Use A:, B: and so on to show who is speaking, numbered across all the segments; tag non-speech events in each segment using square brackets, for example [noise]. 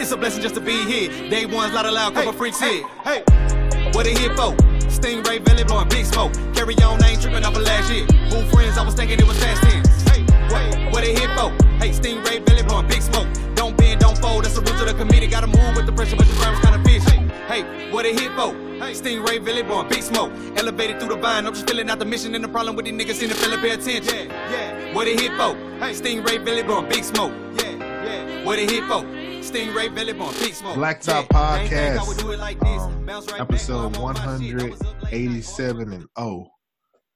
A: It's a blessing just to be here. Day one's lot of loud, couple freaks
B: hey,
A: here.
B: Hey,
A: What they here for? Stingray Valley blowing big smoke. Carry on, I ain't tripping off of last year. Who friends? I was thinking it was fast tense.
B: hey, hey.
A: What they here for? Hey, Stingray Valley blowing big smoke. Don't bend, don't fold. That's the roots of the committee. Gotta move with the pressure, but your firm's kind of bitch. Hey, hey, what they here for? Hey, Stingray Valley blowing big smoke. Elevated through the vine. I'm just filling out the mission and the problem with these niggas in the Philip. Pay attention.
B: Yeah, yeah.
A: What they here for?
B: Hey.
A: Hey, Stingray Valley blowing big smoke.
B: Yeah, yeah.
A: What it hit for? Stingray Valley Bone, Big Smoke.
C: Blacktop
A: Yeah, ain't think I would
C: Podcast,
A: do it like this.
C: Um,
A: Bounce right back,
C: episode
A: I'm on my shit. I was up late night,
C: 187 and oh,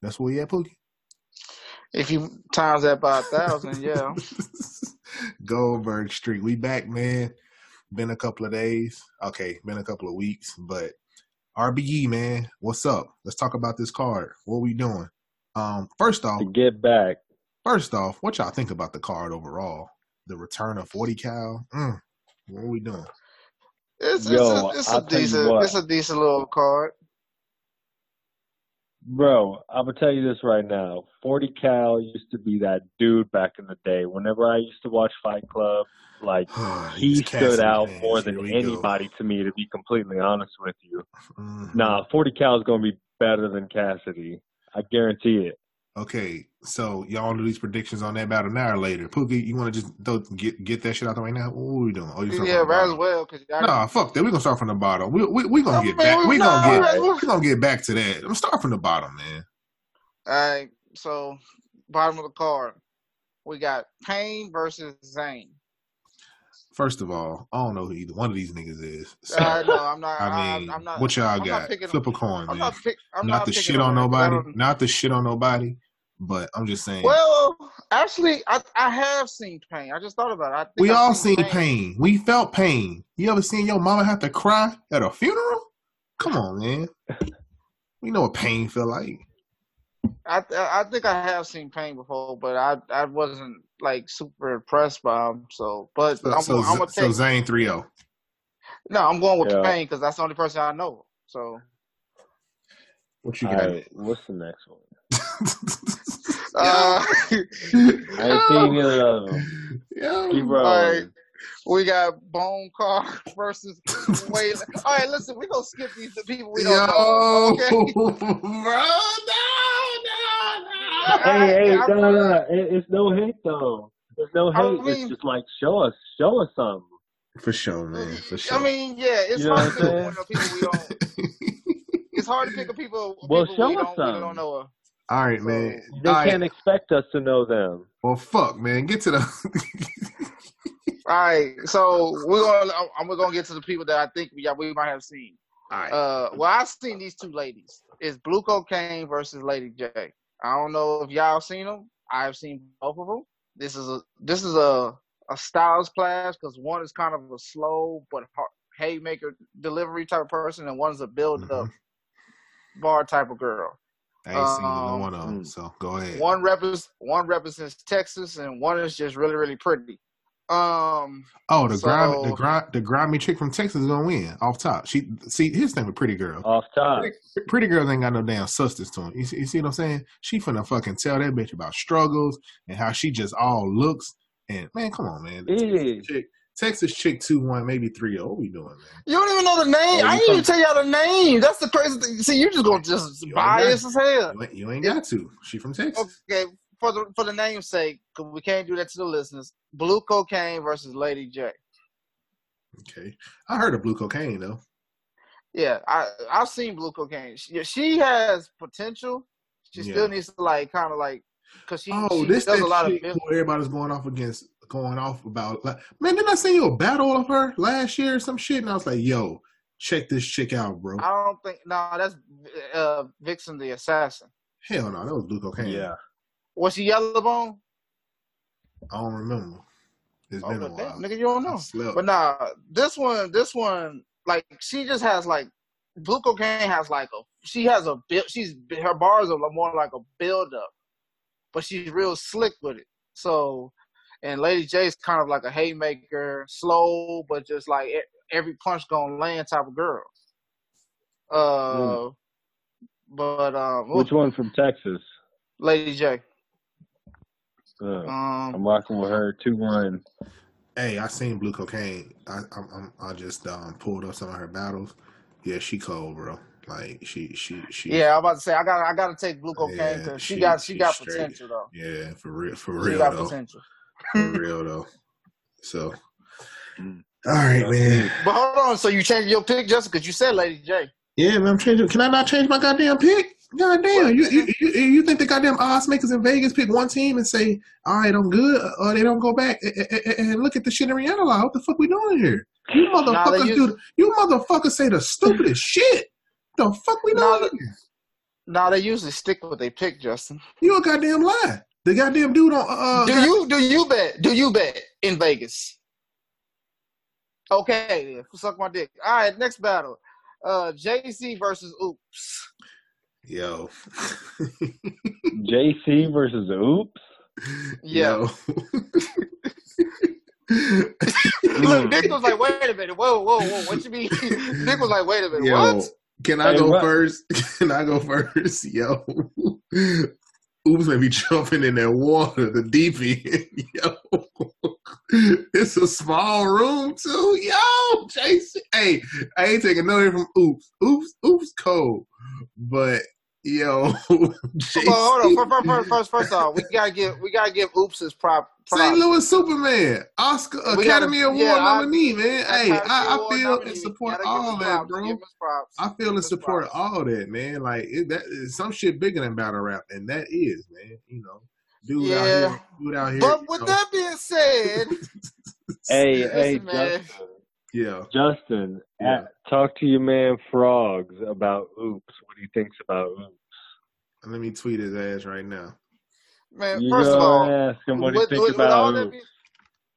C: that's where you at, Pookie. [laughs]
D: If you times that by a thousand,
C: [laughs]
D: yeah.
C: Goldberg Street. We back, man. Been a couple of days. Okay, been a couple of weeks, but RBE, man, what's up? Let's talk about this card. What we doing? Um, first off,
E: to get back.
C: first off, what y'all think about the card overall? The return of 40 Cal. Mm, what are we doing? [sighs]
D: It's,
E: Yo,
D: it's a, it's a
E: I'll tell you
D: decent,
E: what.
D: it's a decent little card.
E: Bro, I'm gonna tell you this right now. 40 Cal used to be that dude back in the day. Whenever I used to watch Fight Club, like he
C: He's
E: stood
C: casting
E: out
C: hands.
E: more
C: Here
E: than
C: we go.
E: anybody to me. To be completely honest with you,
C: Mhm.
E: nah, 40 Cal is gonna be better than Cassidy. I guarantee it.
C: Okay, so y'all do these predictions on that about an hour later. Pookie, you want to just throw, get get that shit out the way now? What are we doing? Oh, you
D: Yeah, right as well. Cause y'all
C: Nah, fuck that. We gonna start from the bottom. We we, we gonna
D: I mean,
C: get back. We
D: no,
C: gonna
D: right,
C: get
D: well-
C: we gonna get back to that. I'm gonna start from the bottom, man.
D: All right, so bottom of the card, we got Payne versus Zane.
C: First of all, I don't know who either one of these niggas is. So,
D: Uh, no, I'm not.
C: [laughs] I mean,
D: I, am not.
C: what y'all
D: not
C: got?
D: picking
C: Flip a coin,
D: I'm
C: man.
D: not. Pick, I'm
C: not
D: not
C: the
D: picking
C: shit on
D: that. I
C: nobody.
D: don't-
C: Not the shit on nobody. But I'm just saying,
D: Well, actually, I, I have seen Payne. I just thought about it. I think
C: we
D: I've
C: all seen pain.
D: Payne.
C: We felt pain. You ever seen your mama have to cry at a funeral? Come on, man. We know what pain feel like.
D: I th- I think I have seen Payne before, but I I wasn't like super impressed by him. So, but
C: So,
D: I'm,
C: so,
D: I'm gonna
C: so
D: take
C: Zane oh. 3 0.
D: no. I'm going with
E: Yeah.
D: Payne because that's the only person I know.
C: [laughs]
D: So,
C: What you
E: All
C: got? [laughs]
E: right, what's the next one?
D: uh, [laughs]
E: I ain't seen either of them.
C: Yeah.
E: Keep
D: Alright.
E: rolling.
D: we got Bone Car [laughs] versus
C: [laughs]
D: Waylon. All right, listen, we are gonna skip these the people we don't know.
C: Yo,
D: Okay.
C: [laughs] bro, no, no, no.
E: Hey, hey,
D: I-
E: no, no, no. It- it's no hate though. It's no hate.
D: I mean-
E: it's just like show us, show us something.
C: For sure, man. For sure.
D: I mean, yeah, it's
E: You know
D: hard to
E: what
D: pick
E: I'm
D: one of people we don't. It's hard to pick a people, people
E: Well,
D: we
E: show us
D: don't, we don't
E: some.
D: know. Of.
C: [laughs] all right, man.
E: They
C: all right.
E: can't expect us to know them.
C: Well, fuck, man. Get to the. [laughs]
D: All right, so we're gonna. I'm- I'm gonna get to the people that I think we we might have seen.
C: all right.
D: Uh, well, I've seen these two ladies. It's Blue Cocaine versus Lady J. I don't know if y'all seen them. I've seen both of them. This is a this is a a styles class because one is kind of a slow but har haymaker delivery type of person, and one's a build up
C: Mhm.
D: bar type of girl.
C: I ain't seen no
D: um,
C: one of them,
E: mm.
C: so go ahead.
D: One represents one represents Texas, and one is just really really pretty. Um,
C: Oh, the
D: so-
C: grimy, the grimy, the grimy chick from Texas is gonna win off top. She see, here's the thing with pretty girl.
E: Off top.
C: Pretty girls ain't got no damn substance to them. You see, you see what I'm saying? She finna fucking tell that bitch about struggles and how she just all looks. And man, come on, man. The
E: Yeah.
C: Texas chick, Texas chick two one, maybe three. oh, What we doing, man?
D: Oh, You don't even know the name.
E: Yeah,
D: I
E: you
D: didn't even
E: from-
D: tell y'all the name. That's the crazy thing. See, you just gonna just
C: You
D: bias as hell.
C: You ain't, you ain't got to. She from Texas.
D: Okay, for the for the name's sake, 'cause we can't do that to the listeners. Blue cocaine versus Lady J.
C: Okay, I heard of blue cocaine though.
D: Yeah, I I've seen blue cocaine. She, she has potential. She
C: Yeah.
D: still needs to like kind of like because she,
C: Oh,
D: she
C: this
D: does
C: that
D: a lot
C: chick
D: of.
C: who everybody's going off against, going off about. Like, man, didn't I send you a battle of her last year or some shit? And I was like, yo, check this chick out, bro.
D: I don't think no, that's uh, Vixen the assassin.
C: Hell no, that was blue cocaine.
E: Yeah.
D: Was she yellow bone?
C: I don't remember. It's
D: Oh,
C: been a
D: but
C: while.
D: damn, nigga, you don't
C: I
D: know.
C: slept.
D: But nah, this one, this one, like she just has like blue cocaine has like a she has a build. She's her bars are more like a build up, but she's real slick with it. So, and Lady J is kind of like a haymaker, slow but just like e- every punch gonna land type of girl. Uh,
C: Hmm.
D: but um,
E: Which one from Texas?
D: Lady J.
E: Uh,
D: Um,
E: I'm rocking with her two one.
C: Hey, I seen Blue Cocaine. I I'm, I'm I just um pulled up some of her battles. Yeah, she cold, bro. Like she she she.
D: Yeah, I'm about to say I got to I got to take Blue
C: Yeah,
D: Cocaine because she,
C: she-
D: got she
C: she's
D: got
C: straight.
D: potential though.
C: Yeah, for real, for
D: she
C: real
D: got
C: though,
D: potential.
C: for real though. So, all
E: Mm.
C: right,
E: Yeah.
C: man.
D: But hold on, so you changed your pick just because you said Lady J.
C: Yeah, man. I'm changing. Can I not change my goddamn pick?
D: Well,
C: Goddamn, you you, you you think the goddamn odds makers in Vegas pick one team and say, "All right, I'm good," uh, or they don't go back a- a- a- a- and, look at the shit and reanalyze what the fuck we doing here? You
D: Nah, they
C: motherfuckers
D: use-
C: do. You motherfuckers say the stupidest [laughs] shit. The fuck we
D: Nah,
C: doing?
D: they-
C: here?
D: Nah, they usually stick with they pick, Justin.
C: You a goddamn lie. The goddamn dude on. Uh,
D: do
C: got-
D: you do you bet? Do you bet in Vegas? Okay, then. suck my dick. All right, next battle. Uh JC versus Oops.
C: Yo. [laughs]
E: JC versus Oops.
D: Yeah. [laughs]
C: Yo.
D: [laughs]
C: [laughs]
D: Look, Nick was like, wait a minute, whoa, whoa, whoa, what you mean? [laughs] Nick was like, wait a minute,
C: Yo,
D: what?
C: can I
E: Hey,
C: go
E: what?
C: first? [laughs] Can I go first? [laughs] Yo, oops, may be jumping in that water, the deep end. [laughs] Yo, it's a small room too. Yo, Jason, hey, I ain't taking nothing from oops, oops, oops, cold, but yo, [laughs]
D: But hold on,
C: Jason,
D: first, first, first, first off, we gotta give we gotta give Oops his prop.
C: St.
D: prop.
C: Louis Superman, Oscar
D: We gotta-
C: Academy Award
D: yeah, I-
C: nominee, man. Hey,
D: Academy
C: I, I
D: Award
C: feel
D: nominee.
C: and
D: We
C: support
D: gotta give him
C: all that,
D: props.
C: bro.
D: Give him his props.
C: I
D: Give
C: feel
D: him
C: and
D: his
C: support
D: props.
C: all that, man. Like it, that, is some shit bigger than battle rap, and that is, man. You know, dude out
D: Yeah.
C: here, dude out here.
D: But
C: you
D: with
C: know.
D: that being said,
E: Hey, hey,
D: Listen, man.
E: Justin.
C: yeah,
E: Justin,
C: Yeah.
E: uh, talk to your man Frogs about Oops. What he thinks about Oops.
C: let me tweet his ass right now. [laughs]
D: man,
E: You
D: first of
E: go
D: all,
E: ask him what he
D: with,
E: thinks
D: with, with all
E: about
D: that
E: Oops.
D: being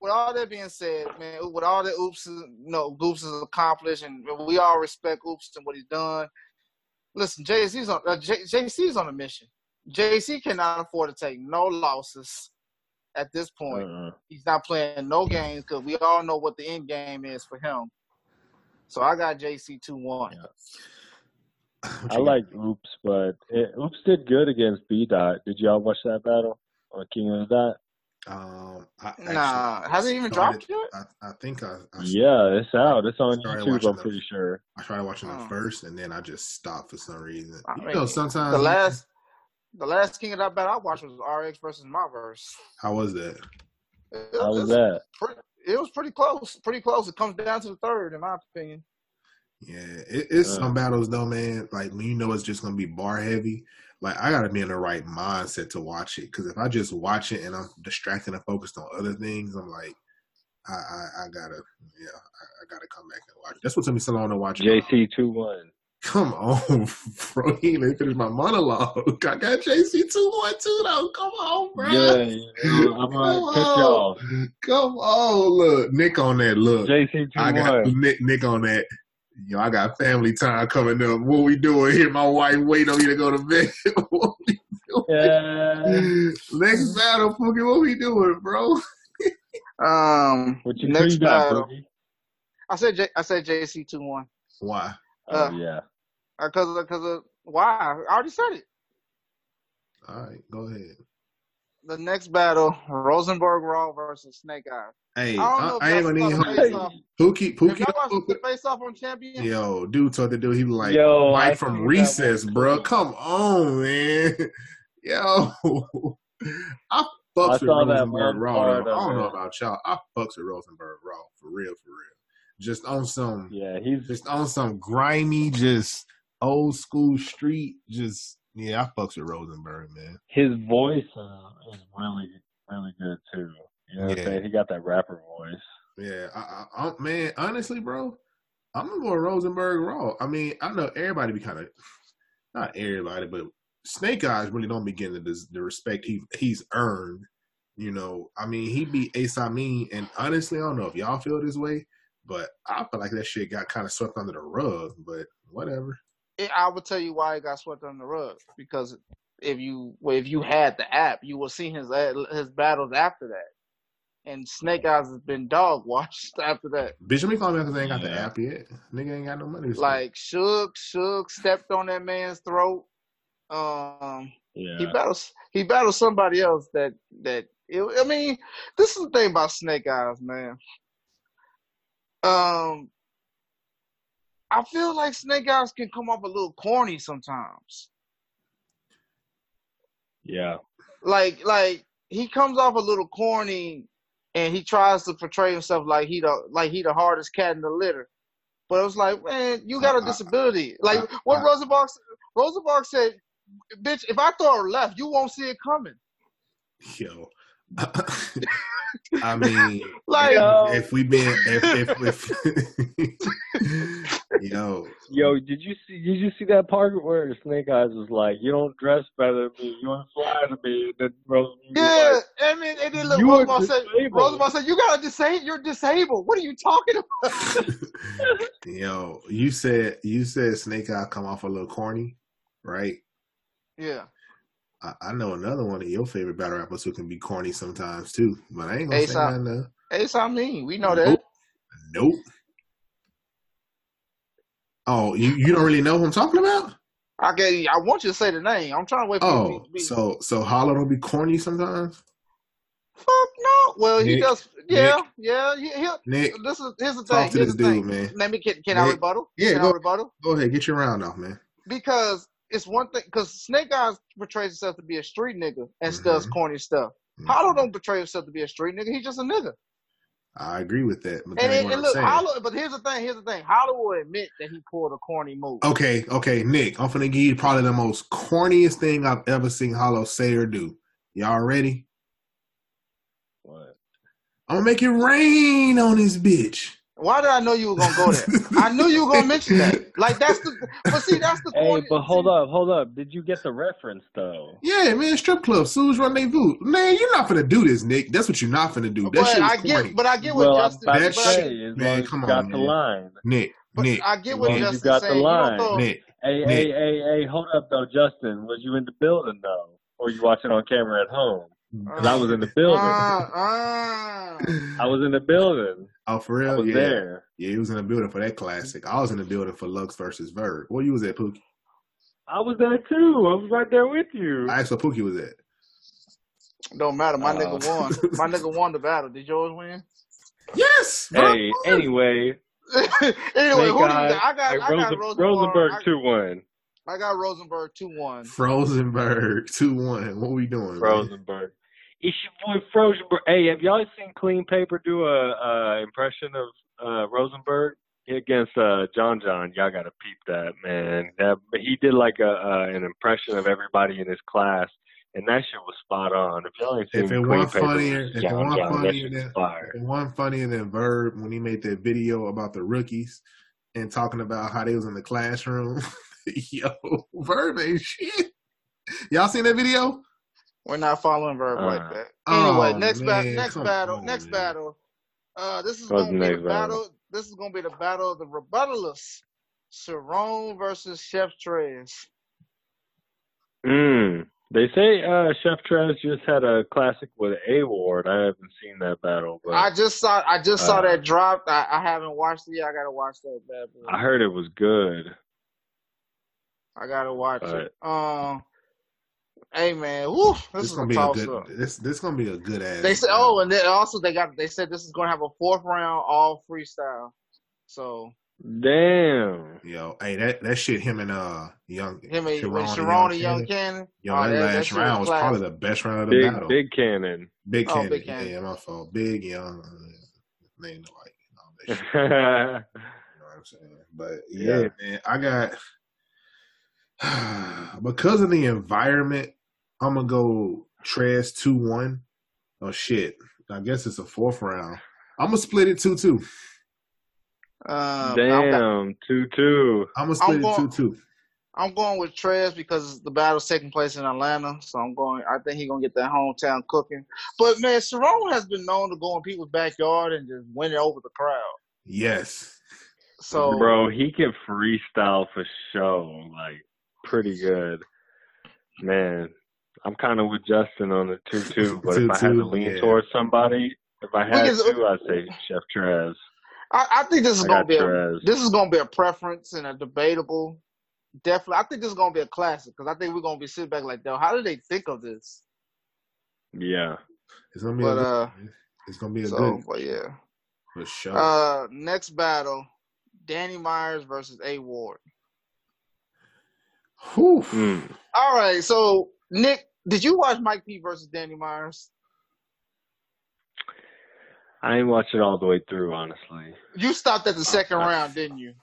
D: with all that being said, man, with all that Oops, is- you know, Oops is accomplished, and we all respect Oops and what he's done. Listen, JC's on uh, J, JC's on a mission. JC cannot afford to take no losses at this point.
E: Uh-uh.
D: He's not playing no games because we all know what the end game is for him. So I got JC two one.
C: What
E: I
C: you got?
E: like Oops, but it, Oops did good against B Dot. Did y'all watch that battle on King of the Dot?
C: Um, I actually
D: Nah, has it even
C: started.
D: dropped yet?
C: I, I think I, I
E: Yeah, it's out. It's on
C: started
E: YouTube.
C: watching
E: I'm
C: the
E: pretty sure.
C: I tried watching the
D: Oh.
C: first, and then I just stopped for some reason.
D: I
C: You
D: mean,
C: know,
D: the
C: sometimes you-
D: last the last King of that battle I watched was RX versus Marverse.
C: how was that?
D: It,
E: How was
D: it's
E: that?
D: pretty, it was pretty close. Pretty close. It comes down to the third, in my opinion.
C: Yeah, it, it's
E: Uh,
C: some battles though, man. Like when you know it's just gonna be bar heavy. Like I gotta be in the right mindset to watch it because if I just watch it and I'm distracted and focused on other things, I'm like, I I, I gotta yeah, I, I gotta come back and watch. That's what took me so long to watch. uh,
E: JC two one.
C: Come on, [laughs] bro. He even finished my monologue. I got JC two one two though. Come on, bro.
E: Yeah, you know, I'm
C: Come
E: gonna cut you
C: on,
E: off.
C: come on. Look, Nick on that. Look,
E: JC two
C: I got
E: one.
C: Nick, Nick on that. Yo, I got family time coming up. What we doing here? My wife waiting on me to go to bed. [laughs] What we
E: Yeah.
C: doing? Next battle, Pookie. What we doing, bro?
D: Um,
E: What you who
D: next
E: you got,
D: battle.
E: Boogie?
D: I said J, I said JC two one.
C: Why?
E: Oh
D: Uh,
E: yeah.
D: because of, because of why? I already said it.
C: All right, go ahead.
D: The next battle, Rosenberg Raw versus Snake Eyes.
C: Hey,
D: I don't
C: I,
D: know if
C: I
D: y'all
C: ain't gonna
D: saw
C: need
D: the
C: help.
D: face off.
C: Pookie,
D: If
C: Pookie.
D: y'all
C: don't
D: watched
C: fuck
D: the
C: with-
D: face off on Champion,
C: Yo, dude told the dude he was like
E: Yo, I
C: Mike from
E: seen that one
C: Recess, bro.
E: too.
C: Come on, man. [laughs] Yo, [laughs] I
E: I
C: fucks with
E: saw that
C: Rosenberg
E: one
C: Raw though.
E: part
C: I
E: of
C: don't know
E: it.
C: about y'all. I fucks with Rosenberg Raw for real, for real. Just on some,
E: Yeah, he's
C: just on some grimy, just old school street. Just yeah, I fucks with Rosenberg, man.
E: his voice uh, is really really good too. You know what I'm
C: Yeah,
E: saying? He got that rapper voice.
C: yeah. I, I, I man, honestly, bro, I'm gonna go with Rosenberg Raw. I mean, I know everybody be kind of not everybody, but Snake Eyes really don't be getting the, des- the respect he he's earned. You know, I mean, he beat Ace Amin, and honestly, I don't know if y'all feel this way, but I feel like that shit got kind of swept under the rug. But whatever.
D: it, I will tell you why it got swept under the rug. Because if you well, if you had the app, you will see his ad- his battles after that. And Snake Eyes has been dog [laughs] watched after that.
C: Bitch, let me call me because I ain't got the
E: Yeah.
C: app yet. Nigga ain't got no money to spend.
D: Like Suge, Suge stepped on that man's throat. Um, he
E: Yeah.
D: battles he battles somebody else that that It, I mean, this is the thing about Snake Eyes, man. Um, I feel like Snake Eyes can come off a little corny sometimes.
E: Yeah.
D: Like, like he comes off a little corny, and he tries to portray himself like he the like he the hardest cat in the litter. But it was like, man, you got a
E: Uh,
C: I- I-
D: disability. Like
C: I-
D: what
C: I-
D: Rosenberg Rosenberg said, bitch, if I throw her left, you won't see it coming.
C: Yo. I mean,
D: Like
E: Yo.
C: if we been, if, if, if [laughs] yo,
E: Yo, did you see? Did you see that part where Snake Eyes was like, "You don't dress better than me. You don't fly to me." And then Rose was
D: Yeah,
E: like,
D: I mean, and then look,
E: You are
D: Rosenbaum said,
E: disabled.
D: Rosenbaum said, you got a disabled, you're disabled. What are you talking about?
C: yo, you said, you said Snake Eye come off a little corny, right?
D: Yeah,
C: I, I know another one of your favorite battle rappers who can be corny sometimes too, but I ain't gonna say
D: ASAP.
C: nothing. to-
D: Ace, I mean, we know
C: Nope.
D: that.
C: Nope. Oh, you, you don't really know who I'm talking about?
D: I get, I want you to say the name. I'm trying to wait for you
C: Oh,
D: to be. be-
C: so so Hollow don't be corny sometimes?
D: Fuck no. Well, he
C: Nick,
D: does. Yeah, yeah. He, he'll-
C: Nick,
D: this is here's the
C: talk
D: thing.
C: to
D: Here's
C: this
D: the thing.
C: dude, man.
D: Let me can, can I
C: Nick.
D: rebuttal?
C: Yeah,
D: can
C: go-
D: I rebuttal?
C: Go ahead, get your round off, man.
D: Because it's one thing. Because Snake Eyes portrays himself to be a street nigga and does
C: Mhm.
D: corny stuff. Hollow don't portray himself to be a street nigga. He's just a nigga.
C: I agree with that, but
D: And,
C: that ain't
D: it,
C: what
D: and
C: I'm
D: look,
C: saying.
D: Hollow. But here's the thing. Here's the thing. Hollow will admit that he pulled a corny move.
C: Okay, okay, Nick, I'm finna give you probably the most corniest thing I've ever seen Hollow say or do. Y'all ready?
E: "What?"
C: I'm gonna make it rain on this bitch.
D: Why did I know you were gonna go there? I knew you were gonna mention that. Like that's the. But see, that's the
E: Hey,
D: corny.
E: but hold
D: see,
E: up, hold up. Did you get the reference though?
C: Yeah, man, strip club, Sue's rendezvous. Man, you're not finna do this, Nick. That's what you're not finna do. That
D: But
C: shit was
D: I
C: corny.
D: get. But I get what
E: well,
D: Justin.
E: I'm about
C: That
E: to
D: but I
E: say,
D: get.
E: as
C: man,
E: long as
C: come on,
E: you got the
C: man.
E: line.
C: Nick,
D: But
C: Nick,
D: I get
E: As
D: what
E: long as you
D: Justin's
E: got the
D: saying. You don't
E: line.
D: throw.
C: Nick,
E: Hey,
C: Nick.
E: hey, hey, hey, hold up though, Justin. Was you in the building though? Or you watching on camera at home? Because I was in the
D: Uh,
E: building.
C: Ah.
D: uh.
E: I was in the building.
C: Oh, for
E: I
C: real?
E: was
C: Yeah.
E: there.
C: Yeah, he was in the building for that classic. I was in the building for Lux versus Verb. Where you was at, Pookie?
E: I was there too. I was right there with you.
C: I asked where Pookie was at.
D: Don't matter. My nigga
E: Uh,
D: won. My nigga won the battle. Did yours win?
C: Yes, Verb
E: hey,
C: won.
E: anyway,
D: [laughs] anyway,
E: Snake
D: who do you
E: Eyes.
D: got? I
E: Hey,
D: got. I got
E: Rosen,
D: Rosenborg.
E: Rosenberg
D: I,
E: two one.
D: I got Rosenberg two one.
C: Frozenberg two one. What we doing, man?
E: Rosenberg. It's your boy Frozenberg. Hey, have y'all seen Clean Paper do a uh, impression of uh, Rosenberg against uh, John John? Y'all gotta peep that man. That but he did like a uh, an impression of everybody in his class, and that shit was spot on. If y'all ain't
C: If
E: seen
C: it
E: Clean
C: weren't
E: Paper
C: funnier,
E: versus
C: if it
E: John
C: weren't
E: John, that
C: funnier
E: shit was
C: than if
E: fire.
C: it weren't funnier than Verb when he made that video about the rookies and talking about how they was in the classroom. [laughs] Yo, Verb ain't shit. Y'all seen that video?
D: We're not following verb like
E: Uh,
D: that. Anyway,
C: Oh
D: next battle.
C: man,
D: Next
C: come
D: battle.
C: on,
D: Next
C: man.
D: battle. Uh, this is
E: That was
D: gonna
E: the
D: be the
E: next battle.
D: battle. This is gonna be the battle of the rebuttalists. Sharon versus Chef Trez.
E: Mm. They say uh, Chef Trez just had a classic with A Ward. I haven't seen that battle, but
D: I just saw. I just saw
E: Uh,
D: that drop. I, I haven't watched it. yet. I gotta watch that bad boy.
E: I heard it was good.
D: I gotta watch it.
E: But
D: Um. Hey man, woo, this
C: This
D: is a
C: gonna be a
D: toss
C: good.
D: up.
C: This this gonna be a good ass.
D: They said,
C: battle.
D: oh, and then also they got. They said this is gonna have a fourth round all freestyle. So
E: damn,
C: Yo, hey, that, that shit him and uh young
D: him and when
C: Sharon and
D: Sharon
C: young
D: and Young
C: Cannon.
D: Cannon.
C: Yo,
D: Oh,
C: that
D: that that
C: last
D: shit was
C: round was probably
D: classic.
C: the best round of the
E: big
C: battle.
E: big cannon. [laughs]
C: Big
D: Oh,
C: Cannon,
D: Big Cannon.
C: yeah, my fault. Big young uh, name like all that
E: [laughs]
C: shit.
D: Um,
E: yeah,
C: You know what I'm saying? But yeah,
E: yeah,
C: man, I got [sighs] because of the environment, I'm gonna go Trez two one. Oh shit. I guess it's a fourth round. I'm gonna split it two two.
D: Um, I'm got.
E: damn, two two.
C: I'm gonna
D: I'm
C: split it
D: going.
C: two two.
D: I'm going with Trez because the battle's taking place in Atlanta, so I'm going. I think he's gonna get that hometown cooking. But man, Sharon has been known to go in people's backyard and just win it over the crowd.
C: Yes.
D: So
E: Bro, he can freestyle for show, like pretty good. Man, I'm kind of with Justin on the
D: [laughs]
E: two two, but if
C: two
E: I had to
C: two,
E: lean
C: yeah.
E: towards somebody, if I
D: we
E: had
D: can.
E: to, I'd say Chef Trez.
D: I, I think this is
E: I got
D: gonna be a
E: Trez.
D: this is gonna be a preference and a debatable. Definitely, I think this is gonna be a classic because I think we're gonna be sitting back like, though, how did they think of this?
E: Yeah.
C: It's gonna be
D: But
C: a,
D: uh,
C: it's gonna be a
D: so
C: good
D: but yeah.
C: for sure.
D: Uh, next battle, Danny Myers versus A Ward.
C: Whew.
D: hmm.
E: Mm.
D: All right, so Nick, did you watch Mike P versus Danny Myers?
E: I ain't watch it all the way through, honestly.
D: You stopped at the second
C: I-
D: round, didn't you?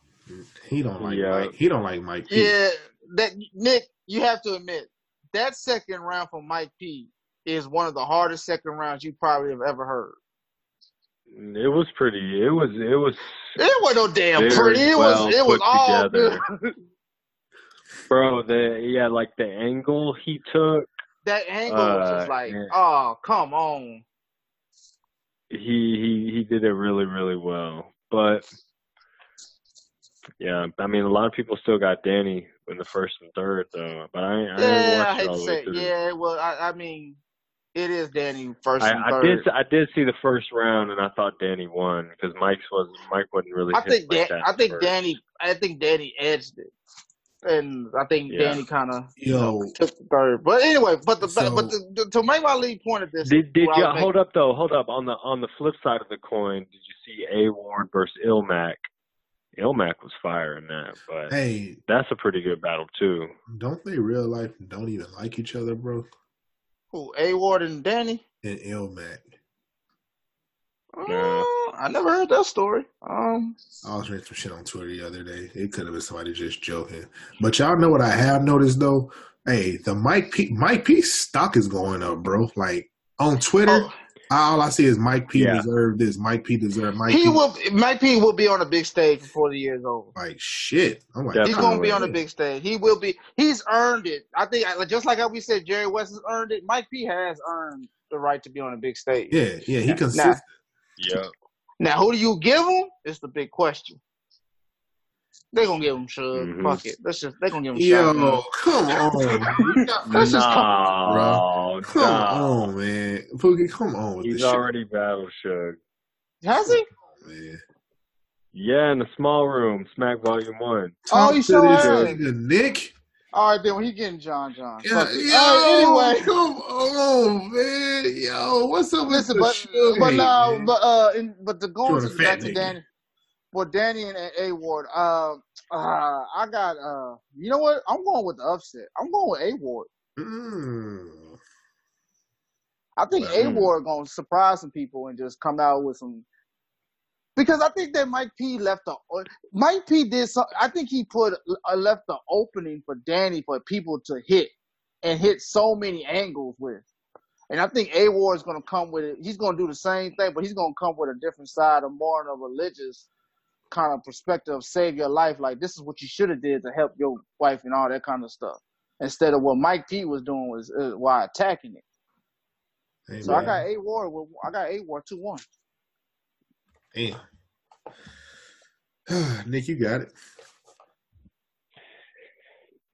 C: He don't like
E: Yeah.
C: Mike. He don't like Mike. P.
D: [laughs] Yeah, that Nick, you have to admit that second round from Mike P is one of the hardest second rounds you probably have ever heard.
E: It was pretty. It was. It was.
D: It wasn't no damn
E: Very
D: pretty. It
E: well
D: was it was
E: put
D: all
E: together.
D: good. [laughs]
E: Bro, the yeah, like the angle he took,
D: that angle was just
E: Uh,
D: like,
E: yeah.
D: oh come on.
E: he he he did it really really well. But yeah, I mean, a lot of people still got Danny in the first and third though. But I, I didn't
D: Yeah,
E: watch
D: I
E: it
D: hate to
E: all the
D: say.
E: way
D: It.
E: through.
D: Yeah, well, I, I mean, it is Danny first and
E: I, I
D: third.
E: did I did see the first round and I thought Danny won because Mike's was Mike wasn't really
D: I
E: hit
D: think
E: like
D: that, I
E: that
D: think
E: first.
D: Danny I think Danny edged it, and I think
E: Yeah.
D: Danny kind of you know
C: Yo,
D: took the third. But anyway, but the
C: So-
D: but the, to make my lead point of this,
E: Did did
D: what I
E: you
D: was
E: hold up though? Hold up on the on the flip side of the coin. Did you see A Ward versus Ilmac? Ilmac was fire in that, but
C: hey,
E: that's a pretty good battle too.
C: don't they real life don't even like each other, bro?
D: making- who A Ward and Danny.
C: And L Mac.
E: Yeah.
D: Uh, I never heard that story. Um,
C: I was reading some shit on Twitter the other day. It could have been somebody just joking. But y'all know what I have noticed though? Hey, the Mike P Mike P stock is going up, bro. Like on Twitter,
D: oh,
C: all I see is Mike P
E: Yeah.
C: deserved this, Mike P deserved Mike
D: he
C: P
D: will. Mike P will be on a big stage before the year's over.
C: like shit. I'm like,
D: He's
E: Definitely.
D: gonna be on the
C: Yeah.
D: big stage. He will be. He's earned it. I think, I- just like how we said, Jerry West has earned it. Mike P has earned the right to be on the big stage.
C: yeah, yeah, he consistent.
E: Yeah.
D: Now, who do you give him? It's the big question. They're gonna give him Shug.
E: Mhm.
D: Fuck it. Let's just. They're gonna give him
C: Mm-hmm. Yo,
D: Shug.
C: come on. [laughs] man.
D: Let's just come-
E: No,
C: Come
E: no.
C: on, man. Pookie, come on with
E: He's
C: this
E: already battle shook.
D: Has he?
C: shit, man.
E: Yeah, in a small room, Smack Volume One.
D: Oh,
C: Talk
D: you
C: to
D: sure
C: this
D: are.
C: nigga, Nick.
D: All right, then. Well, he getting John John.
C: Yeah,
D: Fuck it.
C: yo,
D: All right, anyway.
C: come on, man. Yo, what's up with
D: Listen,
C: the
D: but
C: sugar
D: but
C: hate,
D: no,
C: man?
D: but uh, in, but the
C: You're
D: going
C: the
D: to
C: fat
D: back to
C: nigga.
D: Danny. Well, Danny and A Ward. Uh, uh, I got uh. You know what? I'm going with the upset. I'm going with A Ward.
C: Mm.
D: I think A
E: Mm.
D: Ward gonna surprise some people and just come out with some. Because I think that Mike P left the Mike P did some. I think he put uh, left the opening for Danny for people to hit and hit so many angles with. And I think A Ward is gonna come with it. He's gonna do the same thing, but he's gonna come with a different side, of more of a religious kind of perspective. of Save your life, like this is what you should have did to help your wife and all that kind of stuff. Instead of what Mike P was doing was uh, while attacking it.
C: Hey,
D: So I
C: man.
D: got A Ward. with- I got A Ward two one.
C: Damn. [sighs] Nick, you got it.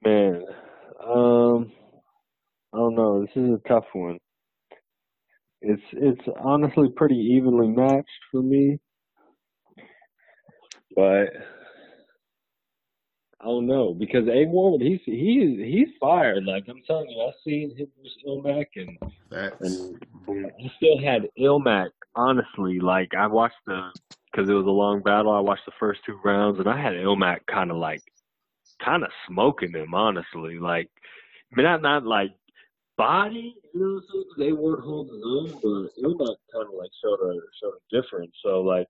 E: Man, um, I don't know. This is a tough one. It's it's honestly pretty evenly matched for me, but I don't know because A Ward he's he's he's fired. Like I'm telling you, I seen him versus Ilmac and
C: That's
E: and I still had Ilmac. Honestly, like I watched the because it was a long battle. I watched the first two rounds and I had Ilmac kind of like kind of smoking him. Honestly, like I mean, not not like body, you know, so they weren't holding on, but Ilmac kind of like showed a showed a difference. So like,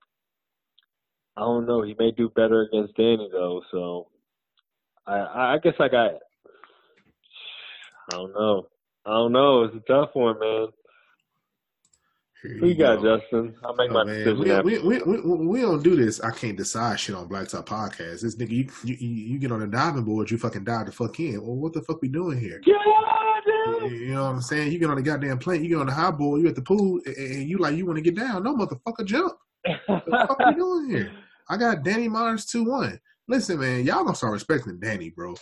E: I don't know. He may do better against Danny though. So I I I guess I got. I don't know. I don't know. It's a tough one, man.
C: here
E: Who
C: you
E: you got,
C: go.
E: Justin? I'll make
C: Oh
E: my
C: man,
E: decision
C: we we,
E: after.
C: we we we don't do this. I can't decide shit on Blacktop Podcast. This nigga, you, you you get on a diving board, you fucking dive the fuck in. Well, what the fuck we doing here?
E: Yeah,
C: You
E: dude.
C: you know what I'm saying? You get on the goddamn plane, you get on the high board, you at the pool, and, and you like you want to get down. No motherfucker, jump. the fuck we doing here? I got Danny Myers 2 1. Listen, man, y'all gonna start respecting Danny, bro.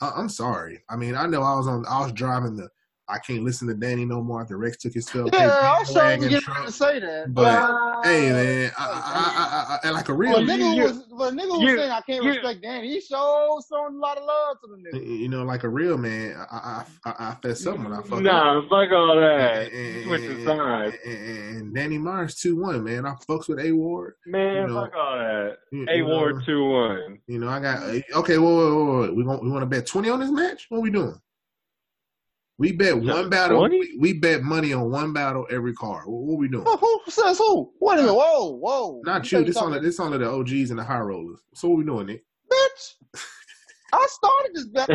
C: I- I'm sorry. I mean, I know I was on, I was driving the, I can't listen to Danny no more after Rex took his spell.
D: [laughs] Yeah, I'm sorry
C: wagon
D: to get
C: Trump.
D: to say that.
C: But hey man, I, I, I, I, I, and like a real,
D: Well,
E: you-
D: nigga who
E: you-
D: was, well, nigga who was
E: you-
D: saying I can't
E: you-
D: respect Danny. He shows showing a lot of love to the nigga.
C: you know, like a real man, I I, I, I fess up when I fuck up.
E: Nah, fuck all that.
C: And- and-
E: Switch
C: and-
E: the sides.
C: And, and- and Danny Myers two one man. I fucks with A Ward. you
E: Man,
C: know,
E: fuck all that.
C: You-
E: A
C: you
E: Ward
C: know,
E: 2 1.
C: [laughs] You know I got okay. Whoa, whoa, whoa, whoa. We want we want to bet twenty on this match. What we doing? We bet
E: Yeah,
C: one battle.
E: 20?
C: We, we bet money on one battle every card. What, what we doing?
D: Who, who says who? Wait a minute. Whoa, whoa.
C: Not
D: say
C: you. This
D: something.
C: only this only the OGs and the high rollers. So what we doing, Nick?
D: bitch.
C: [laughs]
D: I started this [laughs] bet.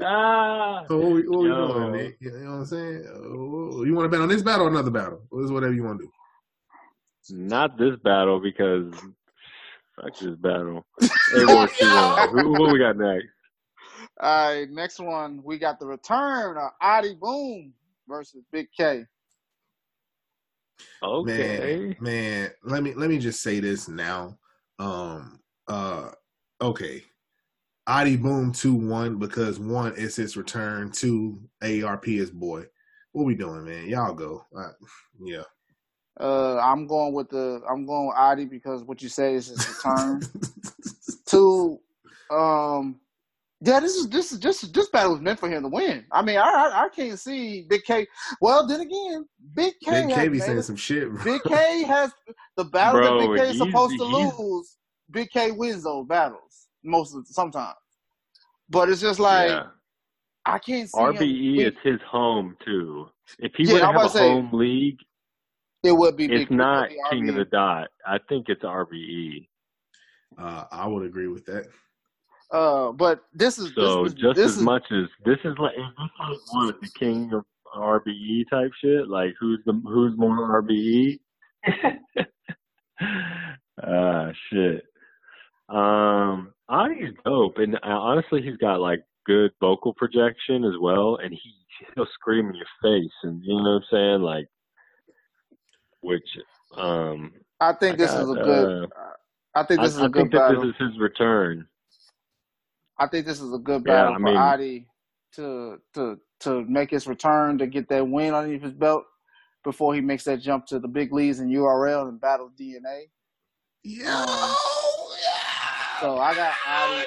E: [laughs] ah,
C: So what we, what we
E: Yo.
C: doing, Nick? You know what I'm saying? Uh, you want to bet on this battle or another battle? It's whatever you want to do.
E: not this battle because fuck this battle. A Ward
C: [laughs]
E: 2 1. Who, what we got next?
D: All right, next one. We got the return of Adi Boom versus Big K.
E: Okay.
C: Man, man, let me let me just say this now. Um uh okay. Adi Boom 2 1 because one is his return, two ARP is boy. What we doing, man? Y'all go. Uh, yeah.
D: Uh, I'm going with the I'm going with Adi because what you say is his
C: [laughs]
D: return. Two, um, yeah, this is this is this is this battle was meant for him to win. I mean, I I, I can't see Big K. Well, then again, Big K
C: Big
D: has
C: K be
D: made
C: saying
D: a-
C: some [laughs] shit, bro.
D: Big K has the battle that
E: Bro,
D: Big K is
E: he's-
D: supposed to
E: he's-
D: lose. Big K wins those battles most of sometimes, but it's just like
E: yeah. E,
D: I can't see him.
E: RBE
D: Big-
E: is his home, too. If he
D: Yeah,
E: would
D: I'm
E: have
D: about
E: a
D: to say-
E: home league,
D: it would be.
E: it's
D: Big,
E: not
D: it would be
E: King of
D: RBE.
E: the Dot. I think it's E. RBE.
C: Uh I would agree with that.
D: Uh, but this is this
E: So
D: is
E: just
D: this
E: as
D: is
E: much as this is like if this like what the king of RBE type shit. Like who's the who's more E? RBE? [laughs] Ah shit. Um, Adi's dope, and uh, honestly, he's got like good vocal projection as well, and he he'll scream in your face, and you know what I'm saying, like which um
D: I think
E: I
D: this
E: got,
D: is a good.
E: uh,
D: I think
E: I,
D: this is a
E: I
D: good
E: think that
D: battle.
E: this is his return.
D: I think this is a good
E: Yeah,
D: battle
E: I
D: for
E: mean-
D: Adi to to to make his return to get that win underneath his belt before he makes that jump to the big leagues and URL and battle DNA.
C: Yeah.
D: So I got Adi.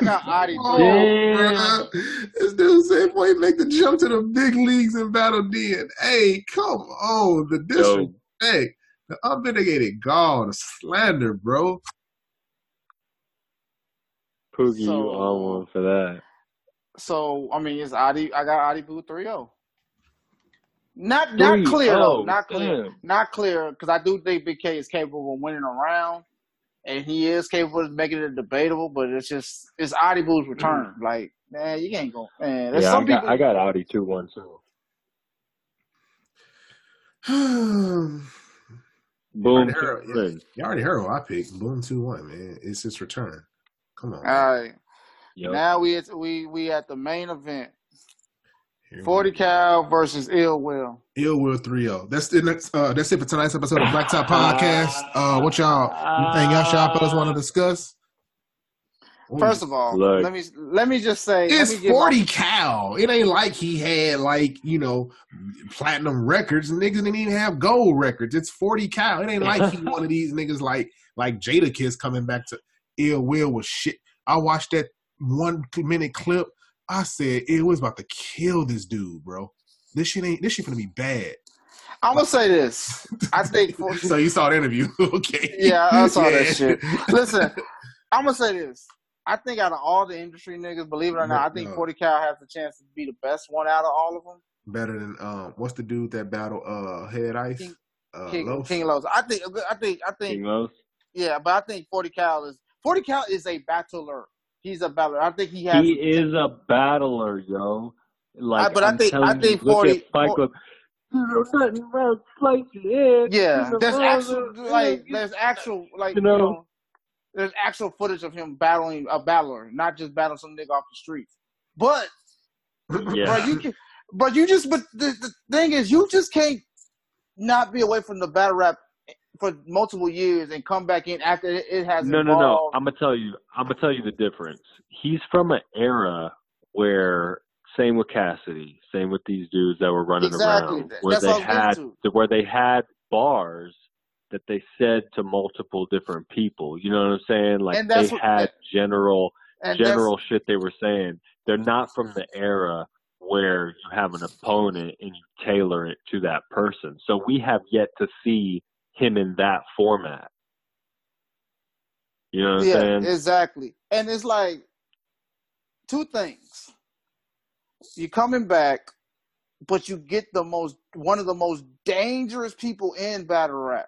D: I got I got Adi.
C: Oh,
E: Damn.
C: bruh. This dude said, boy, make the jump to the big leagues and battle DNA. Come on. The
E: Yo,
C: disrespect, the unmitigated gall, the slander, bro. [sighs]
E: Poogie, you
D: So-
E: on one for that.
D: So I mean, it's Adi. I got Adi Boo 3-0. Not not clear though.
E: 3-0,
D: Not clear.
E: Oh, damn.
D: Not clear because I do think Big K is capable of winning a round, and he is capable of making it debatable. But it's just it's Adi Boo's return. Like man, you can't go. Man, there's
E: Mm. Yeah,
D: some
E: I got
D: people.
E: I got Audi two one two.
C: you
E: Boom.
C: already heard,
E: two, one.
C: you already heard what I picked. Boom 2 1, man. It's his return. Come on. man.
D: All right,
E: Yup.
D: now we at, we we at the main event.
C: Here we
D: Forty
C: go.
D: Cal versus Ill Will.
C: Ill Will 3-0. That's the next, uh, that's it for tonight's episode of Blacktop Podcast. Uh, what y'all anything y'all y'all fellas want to discuss? What we-
D: First of all,
E: Look.
D: let me let me just say let
C: It's
D: me give my-
C: 40 cal. It ain't like he had like, you know, platinum records. Niggas didn't even have gold records. It's 40 cal. It ain't like he one of these niggas like like Jada Kiss coming back to Ill Will was shit. I watched that one two minute clip. I said it was about to kill this dude, bro. This shit ain't this shit gonna be bad.
D: I'm gonna say this. I
C: [laughs]
D: think for,
C: So you saw the interview. [laughs] okay.
D: Yeah, I saw that
C: Yeah.
D: shit. Listen, I'm gonna say this. I think out of all the industry niggas, believe it or not, I think
C: No.
D: Forty Cal has the chance to be the best one out of all of them.
C: Better than um what's the dude that battled uh Head Ice?
D: King-
C: Uh,
D: King,
C: Los?
D: King Los. I think. I think. I
E: King
D: think.
E: Los.
D: Yeah, but I think Forty Cal is Forty Cal is a battler. He's a battler. I think he has.
E: He is a battler, yo. Like
D: I- but I
E: I'm
D: think- I
E: telling
D: think
E: you, look
D: 40
E: at Fight Club. There's nothing about Fight Club.
D: Yeah,
E: He's a
D: there's actual
E: battler.
D: like there's actual like
E: You
D: you
E: know.
D: know, there's actual footage of him battling a battler, not just battling some nigga off the streets. But
C: [laughs]
E: Yeah.
D: Bro, you can, bro, you just but the, the thing is, you just can't not be away from the battle rap for multiple years and come back in after it, it has
E: no, no, no.
D: evolved.
E: I'm gonna tell you. I'm gonna tell you the difference. He's from an era where same with Cassidy, same with these dudes that were running
D: Exactly.
E: around, where
D: That's
E: they
D: what I was
E: had
D: getting
E: the- where they had bars that they said to multiple different people. You know what I'm saying? Like
D: And
E: they
D: that's what-
E: had general
D: And that's-
E: general shit they were saying. They're not from the era where you have an opponent and you tailor it to that person. So we have yet to see him in that format. You know what
D: yeah,
E: I'm saying?
D: exactly. And it's like two things. You're coming back, but you get the most one of the most dangerous people in battle rap.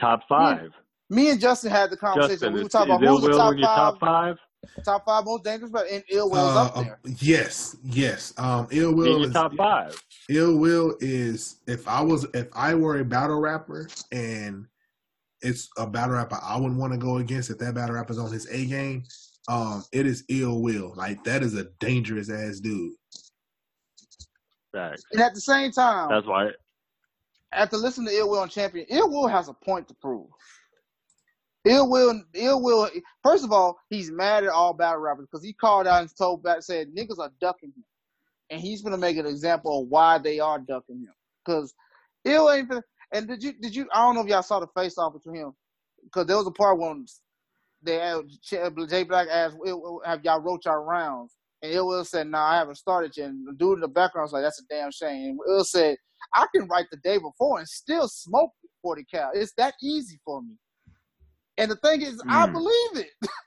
E: Top five.
D: Me and Justin had the conversation.
E: Justin,
D: we were
E: is,
D: talking
E: is
D: about who's the
E: Ill Will
D: top
E: in your
D: five,
E: top five?
D: top five most dangerous, but and Ill Will's
C: Uh,
D: up there.
C: um, yes, yes. Um, Ill
E: Be in
C: Will
E: your
C: is
E: top five.
C: Ill Will is if I was if I were a battle rapper and it's a battle rapper I wouldn't want to go against if that battle rapper's on his A game. Um, it is Ill Will. Like that is a dangerous ass dude.
E: Facts.
D: And at the same time,
E: That's why.
D: after listening to Ill Will and Champion, Ill Will has a point to prove. Ill Will, Ill Will. First of all, he's mad at all battle rappers because he called out and told back said niggas are ducking him, and he's gonna make an example of why they are ducking him. Because Ill ain't. Finna, and did you did you? I don't know if y'all saw the face off between him because there was a part when they asked- Jay Black asked, "Ill Will, "Have y'all wrote y'all rounds?" And Ill Will said, "Nah, I haven't started yet." And the dude in the background was like, "That's a damn shame." And Ill said, "I can write the day before and still smoke 40 cal. It's that easy for me." And the thing is, I
E: Mm.
D: believe it. [laughs]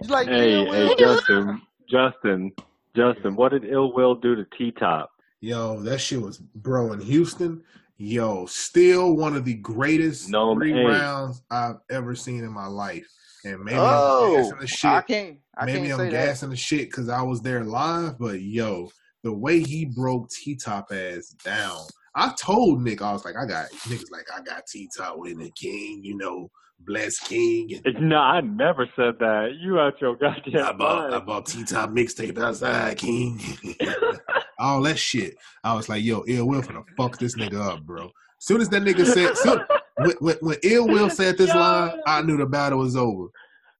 D: It's like,
E: Hey,
D: Ill
E: hey,
D: Will,
E: Justin, Justin, Justin. What did Ill Will do to T Top?
C: Yo, that shit was bro in Houston. Yo, still one of the greatest
E: No,
C: three
E: hey.
C: rounds I've ever seen in my life. And maybe I'm
D: oh,
C: gassing the shit.
D: I can't, I
C: maybe
D: can't
C: I'm
D: say that.
C: gassing the shit because I was there live, but yo, the way he broke T Top ass down. I told Nick, I was like, I got niggas like I got T Top winning King, you know, bless King and
E: No, I never said that. You out your goddamn
C: I bought I
E: mind.
C: bought T Top mixtape outside King. All that shit. I was like, yo, Ill Will finna fuck this nigga up, bro. Soon as that nigga said soon, when, when, when Ill Will said this
E: Yo.
C: line, I knew the battle was over.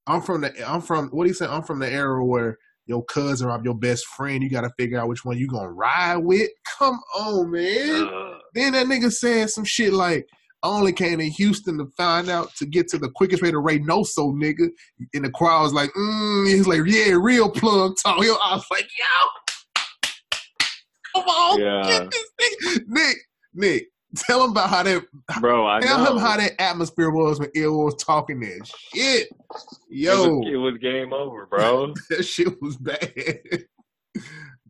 C: I'm from the I'm from what do you say? I'm from the era where your cousin or I'm your best friend. You got to figure out which one you gonna ride with. Come on, man.
E: Ugh.
C: Then that nigga said some shit like, "I only came to Houston to find out to get to the quickest way to Reynoso, nigga." And the crowd was like, mm. "He's like, yeah, real plug talk." Yo, I was like, "Yo, come on, [laughs]
E: Yeah.
C: get this nigga, Nick, Nick." Tell him about how that.
E: Bro, I
C: Tell
E: know.
C: him how that atmosphere was when Ill was talking that shit.
E: It was-
C: Yo,
E: it was game over, bro.
C: that shit was bad. [laughs]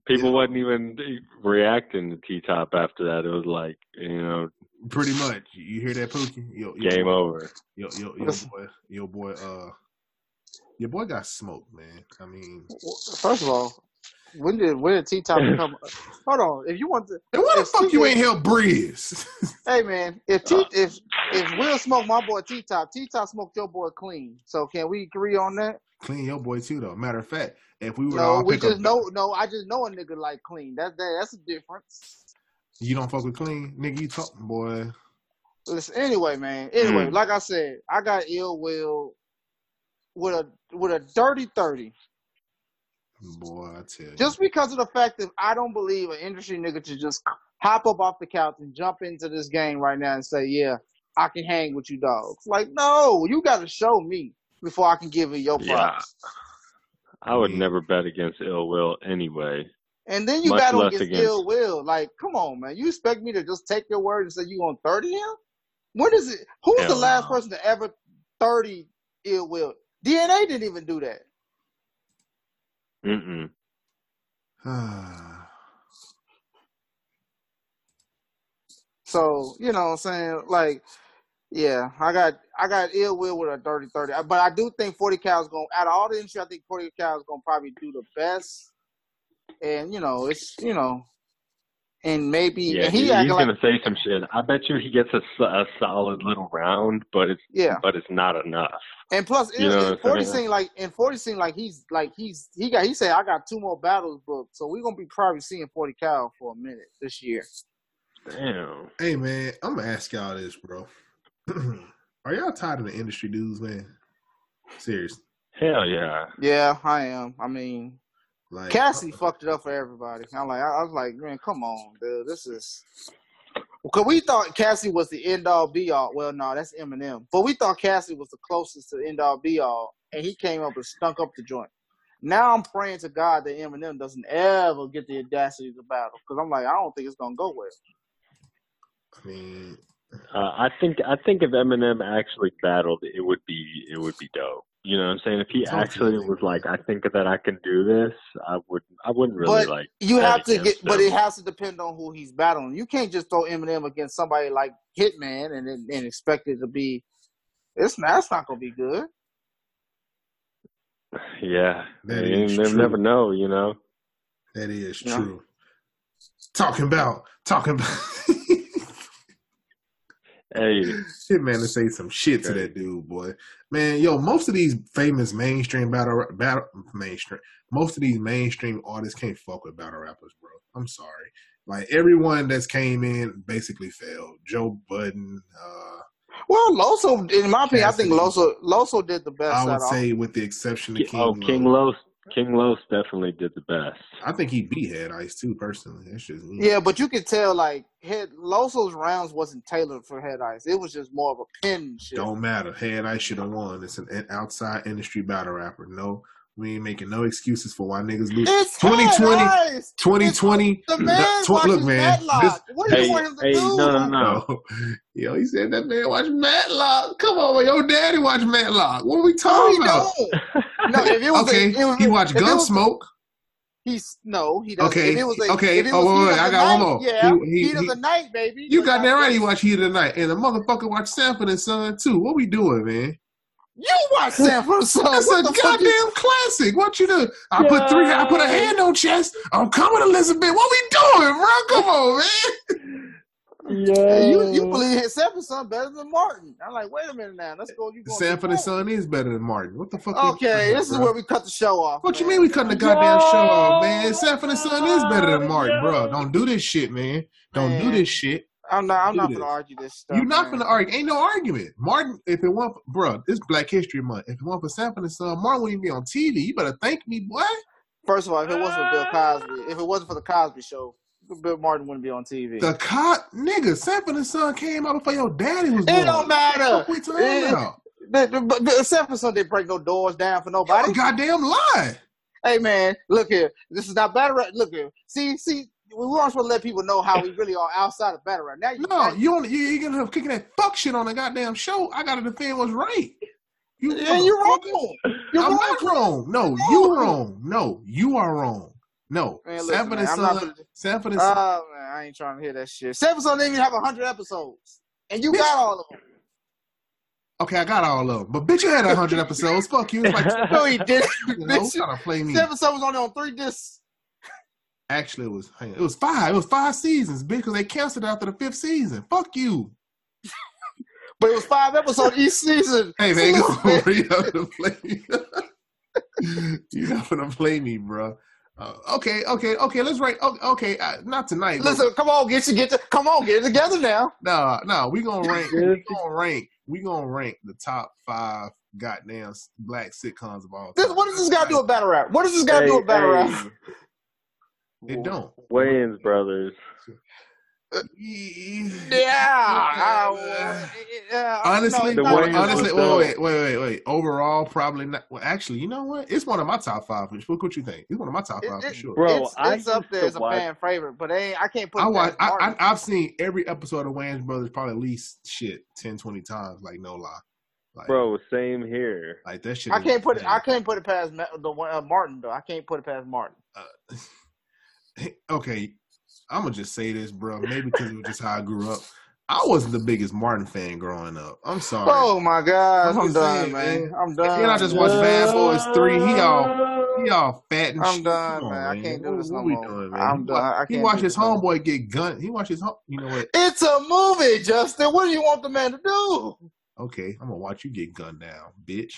E: people
C: Yeah.
E: wasn't even reacting to T Top after that. It was like, you know,
C: Pretty much. You hear that, Pookie? Yo, yo,
E: game over.
C: Yo, yo, yo, boy, yo, boy. Uh, your boy got smoked, man. I mean,
D: First of all, when did when did T Top become? Hold on, if you want to,
C: and why the
D: It's
C: fuck you
D: TK.
C: ain't help Breeze?
D: hey man, if T if if Will smoked my boy T Top, T Top smoked your boy clean. So can we agree on that?
C: [laughs] Clean your boy too, though. Matter of fact, if we were to
D: No,
C: all
D: we
C: pick
D: just
C: up,
D: know. No, I just know a nigga like clean. That, that that's a difference.
C: you don't fuck with clean, nigga. You talking, boy?
D: Listen, anyway, man. Anyway,
E: Mm.
D: like I said, I got ill will with a with a dirty thirty.
C: Boy, I tell you. [sighs]
D: Just because of the fact that I don't believe an industry nigga to just hop up off the couch and jump into this game right now and say, "Yeah, I can hang with you, dogs." Like, no, you got to show me before I can give you your
E: Yeah.
D: props.
E: I would
C: Yeah.
E: never bet against Ill Will anyway.
D: And then you
E: Much
D: battle
E: less
D: against,
E: against-
D: ill will. Like, come on, man. You expect me to just take your word and say you on thirty him? When is it? Who was the
E: Hell
D: last
E: no.
D: person to ever thirty ill will? DNA didn't even do that.
E: Mm-mm.
D: So you know, what I'm saying like, yeah, I got I got ill will with a dirty thirty, but I do think forty cows going to out of all the industry, I think forty cows gonna probably do the best. And you know, it's you know, and maybe
E: Yeah,
D: and
E: he,
D: he
E: he's
D: acting like
E: gonna say some shit. I bet you he gets a, so- a solid little round, but it's
D: yeah,
E: but it's not enough.
D: and plus
E: You know what
D: and
E: I'm
D: forty
E: saying?
D: seemed like and forty seemed like he's like he's he got he said I got two more battles booked, so we're gonna be probably seeing forty cow for a minute this year.
E: Damn.
C: Hey, man, I'm gonna ask y'all this, bro. [clears throat] Are y'all tired of the industry dudes, man? Seriously.
E: Hell yeah.
D: Yeah, I am. I mean,
C: Like
D: Cassie fucked it up for everybody. I'm like, I, I was like, man, come on, dude, this is. Cause we thought Cassie was the end all be all. Well, no, that's Eminem. But we thought Cassie was the closest to the end all be all, and he came up and stunk up the joint. Now I'm praying to God that Eminem doesn't ever get the audacity to battle, because I'm like, I don't think it's gonna go well.
C: I mean,
E: Uh, I think I think if Eminem actually battled, it would be it would be dope. You know what I'm saying? If he
C: Totally.
E: actually was like, I think that I can do this, I would I wouldn't really
D: But
E: like.
D: You
E: bet
D: have to get,
E: against
D: but
E: him.
D: it has to depend on who he's battling. You can't just throw Eminem against somebody like Hitman and then- and expect it to be. It's not, that's not gonna be good.
E: Yeah,
C: That
E: you
C: is
E: never,
C: true.
E: never know. You know.
C: that is
D: Yeah.
C: true. Talking about talking about [laughs]
E: Hey,
C: shit, man, to say some shit to that dude, boy. Man, yo, most of these famous mainstream battle ra- battle mainstream, most of these mainstream artists can't fuck with battle rappers, bro. I'm sorry. Like everyone that's came in basically failed. Joe Budden, uh,
D: Well, Loso, in my opinion, I think
C: Cassidy.
D: Loso Loso did the best.
C: I would
D: out of-
C: say with the exception of King.
E: oh, King
C: Lo.
E: Los, King Los definitely did the best.
C: I think he beat Head Ice too, personally. That's just me.
D: yeah, but you could tell like head Loso's rounds wasn't tailored for head ice. It was just more of a pin shit.
C: Don't matter. Head Ice should have won. It's an, an outside industry battle rapper. No, we ain't making no excuses for why niggas lose.
D: It's
C: 2020
D: Head Ice.
C: 2020.
D: The man
C: tw-
D: watches
C: look, man,
D: Matlock.
C: this-
D: what do you
E: Hey,
D: want him to
E: hey,
D: do?
E: no, no,
C: [laughs]
E: no.
C: No. Yo, he said that man watch Matlock. Come on, man. Your daddy watch Matlock. What are we
D: No, Oh, he
C: talking about?
D: don't.
C: [laughs]
D: No, if it was
C: okay,
D: a, it was
C: he
D: a-
C: watched
D: if it was-
C: Gunsmoke.
D: He's no, he doesn't.
C: Okay,
D: If it was a,
C: okay.
D: if it was
C: Oh,
D: Heat
C: wait,
D: of
C: wait, I
D: the
C: got
D: night,
C: one more.
D: yeah,
C: He- he-
D: heat of
C: he-
D: the night, baby.
C: You
D: but
C: got
D: not
C: that right.
D: this.
C: He watch Heat of the Night, and the motherfucker watch Sanford and Son too. What we doing, man?
D: You watch San Francisco.
C: That's
D: what
C: a
D: the fuck?
C: goddamn
D: You,
C: classic. What you do? I put three. I put a hand on chest. I'm coming, Elizabeth. What we doing, bro? Come on, man.
E: Yeah.
D: you you believe his San Francisco better than Martin? I'm like, wait a minute now. Let's go. You going
C: Sanford and
D: too far.
C: Son is better than Martin. What the fuck? we
D: Okay,
C: [laughs] doing,
D: this is
C: bro?
D: where we cut the show off.
C: What you
D: man.
C: mean we cutting the goddamn show off, man? Sanford and Son is better than Martin, bro. Don't do this shit, man. Don't do
D: Man.
C: this shit.
D: I'm not. I'm
C: do
D: not
C: this.
D: gonna argue this stuff.
C: You're not
D: man.
C: gonna argue. Ain't no argument. Martin, if it weren't, for- bruh, this Black History Month. If it weren't for Sanford and Son, Martin wouldn't even be on TV. You better thank me, boy.
D: First of all, if it wasn't for Bill
C: Ah.
D: Cosby, if it wasn't for the Cosby Show, Bill Martin wouldn't be on TV.
C: The cop, nigga, Sanford and Son came out before your daddy was
D: it
C: born.
D: don't matter.
C: What we talking
D: It-
C: about?
D: The, the, but the San Francisco didn't break no doors down for
C: You
D: nobody.
C: a goddamn lie.
D: hey man, look here. This is not battle rap. Look here. See, see, we weren't supposed to let people know how we really are outside of battle rap. Now you,
C: No, you only, you, you're gonna have kicking that fuck shit on the goddamn show. I gotta defend what's right. You,
D: and you're wrong. You're
C: I'm
D: wrong.
C: not wrong. No, you wrong. No, you are wrong. No,
D: Man, listen,
C: Sanford
D: man,
C: and
D: I'm not
C: Son.
D: gonna-
C: Sanford and Son.
D: Oh man, I ain't trying to hear that shit. San Francisco didn't even have hundred episodes, and you
C: Bitch.
D: got all of them.
C: [laughs] Okay, I got all of them. But bitch, you had
D: [laughs]
C: hundred episodes. Fuck you. It's like
D: No,
E: [laughs]
D: he didn't.
C: you know,
D: Bitch,
C: trying to play me.
D: San Francisco was only on three discs.
C: Actually, it was hang on, it was five. It was five seasons, bitch, because they canceled after the fifth season. Fuck you.
D: But it was five episodes each season.
C: Hey man, go
D: Listen, man.
C: over [laughs] you not gonna play me. [laughs] You're not gonna play me, bro. Uh, okay, okay, okay. Let's write. Okay, okay uh, not tonight. but-
D: Listen, come on, get you get to, come on, get it together now.
C: Nah, nah, we gonna rank.
E: Yeah.
C: We gonna rank. We gonna rank the top five goddamn s- black sitcoms of all time.
D: This, what does this got to do with battle rap? What does this got to
E: Hey,
D: do with battle
E: hey,
D: rap?
C: It don't.
E: Wayans brothers.
D: Uh, Yeah.
C: Yeah.
D: yeah
C: Honestly,
E: The Wayans
C: honestly,
E: was
C: wait, wait,
E: dope.
C: wait, wait, wait. Overall, probably not. Well, actually, you know what? It's one of my top five. Which what you think? It's one of my top
D: It-
C: five for
D: it-
C: sure.
E: Bro,
D: it's,
E: I
D: it's up
E: used
D: there
E: to
D: as a
E: watch-
D: fan favorite, but ain't, I can't put it
C: I watch.
D: past
C: I,
D: Martin.
C: I, I've seen every episode of Wayans Brothers probably at least shit 10, 20 times. Like no lie, like
E: Bro, same here.
C: like that shit.
D: I,
C: is
D: can't put it. I
C: insane.
D: can't put it past Ma- the one- uh, Martin though. I can't put it past Martin.
C: [laughs] okay, I'm gonna just say this, bro. Maybe because was just how I grew up. I wasn't the biggest Martin fan growing up. I'm sorry.
D: Oh my God,
C: That's what
D: I'm,
C: I'm
D: done,
C: saying,
D: man.
C: man.
D: I'm
C: And
D: done.
C: then I just
D: man.
C: watched Bad Boys Three. He all he all fat and
D: I'm
C: shit.
D: done,
C: Come on,
D: man. I can't do
C: What-
D: this
C: what
D: no
C: we
D: more.
C: doing, man?
D: I'm
C: he
D: done.
C: wa-
D: I
C: he
D: can't
C: watched
D: do
C: his
D: this no more.
C: homeboy get gunned. He watched his home. You know what?
D: It's a movie, Justin. What do you want the man to do?
C: Okay, I'm gonna watch you get gunned down, bitch.